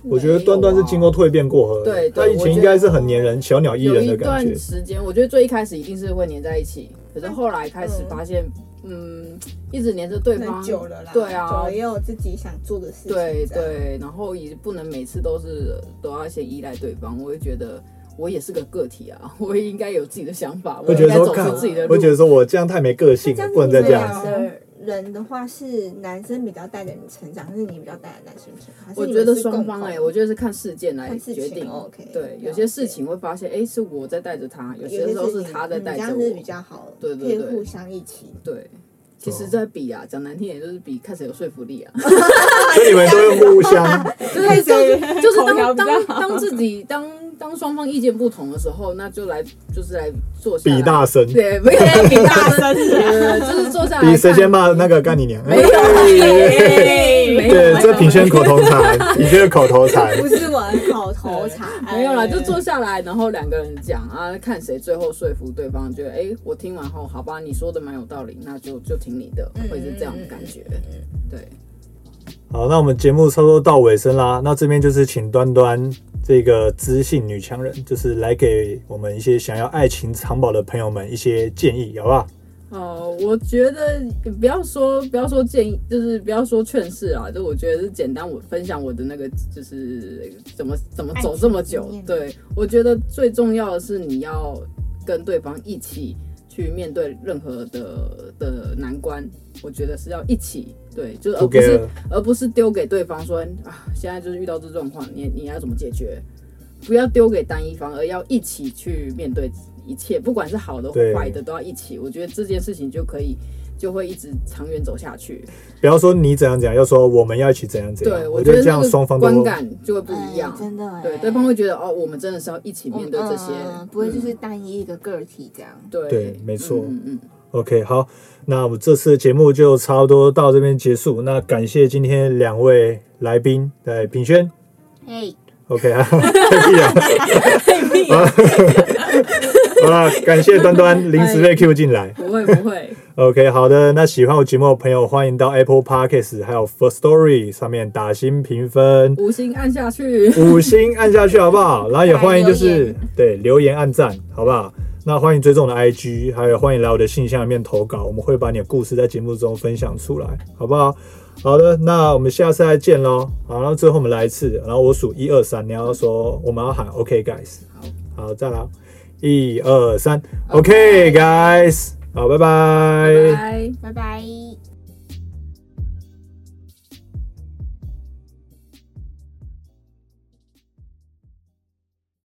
Speaker 1: 我觉得端端是经过蜕变过河的，
Speaker 3: 对对
Speaker 1: 他以前应该是很黏人、小鸟依
Speaker 3: 有
Speaker 1: 人
Speaker 3: 一
Speaker 1: 的感
Speaker 3: 段
Speaker 1: 觉。
Speaker 3: 时间，我觉得最一开始一定是会黏在一起，可是后来开始发现，嗯，一直黏着对
Speaker 2: 很
Speaker 3: 方，
Speaker 2: 久了啦，
Speaker 3: 对啊
Speaker 2: 久了也有自己想做的事情。
Speaker 3: 对
Speaker 2: 这样，
Speaker 3: 对，然后也不能每次都是都要先依赖对方，我会觉得我也是个个体啊， <laughs> 我也应该有自己的想法，我
Speaker 1: 会
Speaker 3: 也
Speaker 1: 觉
Speaker 3: 应
Speaker 1: 得
Speaker 3: 该
Speaker 1: 说，
Speaker 3: 走
Speaker 1: 看
Speaker 3: 出自己的，路哎
Speaker 1: 会。觉得说我这样太没个性
Speaker 2: 那
Speaker 1: 了，
Speaker 2: 这
Speaker 1: 不能再这
Speaker 2: 样子
Speaker 1: 样
Speaker 2: 你
Speaker 1: 子。
Speaker 2: 们两个人的话，是男生比较带着你成长，还是你比较带着男生成长？还是
Speaker 3: 我
Speaker 2: 你
Speaker 3: 觉
Speaker 2: 们
Speaker 3: 得
Speaker 2: 是
Speaker 3: 双
Speaker 2: 共
Speaker 3: 方
Speaker 2: 同
Speaker 3: 哎、我觉得是看事件来
Speaker 2: 看事
Speaker 3: 决
Speaker 2: 情
Speaker 3: 定。
Speaker 2: OK，
Speaker 3: 对，有
Speaker 2: 了
Speaker 3: 些
Speaker 2: 解
Speaker 3: 事情会发现，哎、是我在带着他，有
Speaker 2: 有
Speaker 3: 些
Speaker 2: 些
Speaker 3: 时候
Speaker 2: 是
Speaker 3: 是
Speaker 2: 你
Speaker 3: 他在带
Speaker 2: 你这
Speaker 3: 着
Speaker 2: 样
Speaker 3: 我
Speaker 2: 子。比较好，
Speaker 3: 对对
Speaker 2: 可以
Speaker 3: 对
Speaker 2: 互相一起。
Speaker 3: 对，啊其实在比啊，讲难听点就是比看谁有说服力啊。
Speaker 1: 所以你们都会互相，
Speaker 3: <laughs> 就是
Speaker 2: <laughs>
Speaker 3: 就是就是
Speaker 2: 口条
Speaker 3: 当
Speaker 2: 比较
Speaker 3: 当
Speaker 2: 好
Speaker 3: 当自己当当双方意见不同的时候，那就来就是来坐下来
Speaker 1: 比大声
Speaker 3: 对，不是比大声，对就是坐下来
Speaker 1: 比
Speaker 3: 看
Speaker 1: 谁先骂那个干你娘。
Speaker 3: 没有
Speaker 2: <laughs> 哎
Speaker 3: 没有，没
Speaker 1: 对
Speaker 3: 有，
Speaker 1: 这品轩口头禅，品轩的口头禅。
Speaker 2: 不是我的口头禅，
Speaker 3: <laughs>
Speaker 2: 哎
Speaker 3: 没有啦，就坐下来，然后两个人讲啊，看谁最后说服对方，觉得哎、我听完后，好吧，你说的蛮有道理，那就就听你的，会是这样的感觉。对，
Speaker 1: 好，那我们节目差不多到尾声啦，那这边就是请端端这个知性女强人，就是来给我们一些想要爱情长跑的朋友们一些建议，好不好？
Speaker 3: 哦，我觉得呃不要说不要说建议，就是不要说劝世啊，就我觉得是简单我分享我的那个就是怎么怎么走这么久
Speaker 2: 爱情经验。
Speaker 3: 对，我觉得最重要的是你要跟对方一起去面对任何的的难关，我觉得是要一起。对，就是呃而不是
Speaker 1: Together
Speaker 3: 而不是丢给对方说啊，现在就是遇到这状况，你你要怎么解决？不要丢给单一方，而要一起去面对一切，不管是好的
Speaker 1: 对
Speaker 3: 坏的都要一起。我觉得这件事情就可以，就会一直长远走下去。
Speaker 1: 不要说你怎样怎样，要说我们要一起怎样怎样。
Speaker 3: 对，
Speaker 1: 啊我
Speaker 3: 觉
Speaker 1: 得
Speaker 3: 得
Speaker 1: 这样
Speaker 3: 那个
Speaker 1: 双方都
Speaker 3: 观感就会不一样
Speaker 2: 哎。真的哎，
Speaker 3: 对，对方会觉得哦，我们真的是要一起
Speaker 2: 我
Speaker 3: 面对这些，
Speaker 2: 嗯不会就
Speaker 3: 嗯
Speaker 2: 是单一一个个体这样。
Speaker 3: 对
Speaker 1: 对没错
Speaker 3: 嗯嗯，嗯
Speaker 1: OK，好，那我们这次的节目就差不多到这边结束。那感谢今天两位来宾，对，品轩
Speaker 2: 嘿，
Speaker 1: ，OK，啊，太屁了，好了，感谢端端临时被 Q 进来。
Speaker 3: 不会不会，
Speaker 1: OK，好的，那喜欢我节目的朋友，欢迎到 Apple Podcast 还有 First Story 上面打新评分，
Speaker 3: 五星按下去。
Speaker 1: 五星按下去好不
Speaker 2: <laughs>
Speaker 1: 好？然后也欢迎就
Speaker 2: 还有留
Speaker 1: 是
Speaker 2: 言
Speaker 1: 对留言按赞好不好？那欢迎追踪我的 IG，还有欢迎来我的信箱里面投稿，我们会把你的故事在节目中分享出来，好不好？好的，那我们下次再见喽。好，然后最后我们来一次，然后我数一二三，你要说我们要喊 OK guys。好，好，再来哦，一二三，OK <laughs> guys。好，拜拜
Speaker 3: 拜拜。
Speaker 2: 拜拜。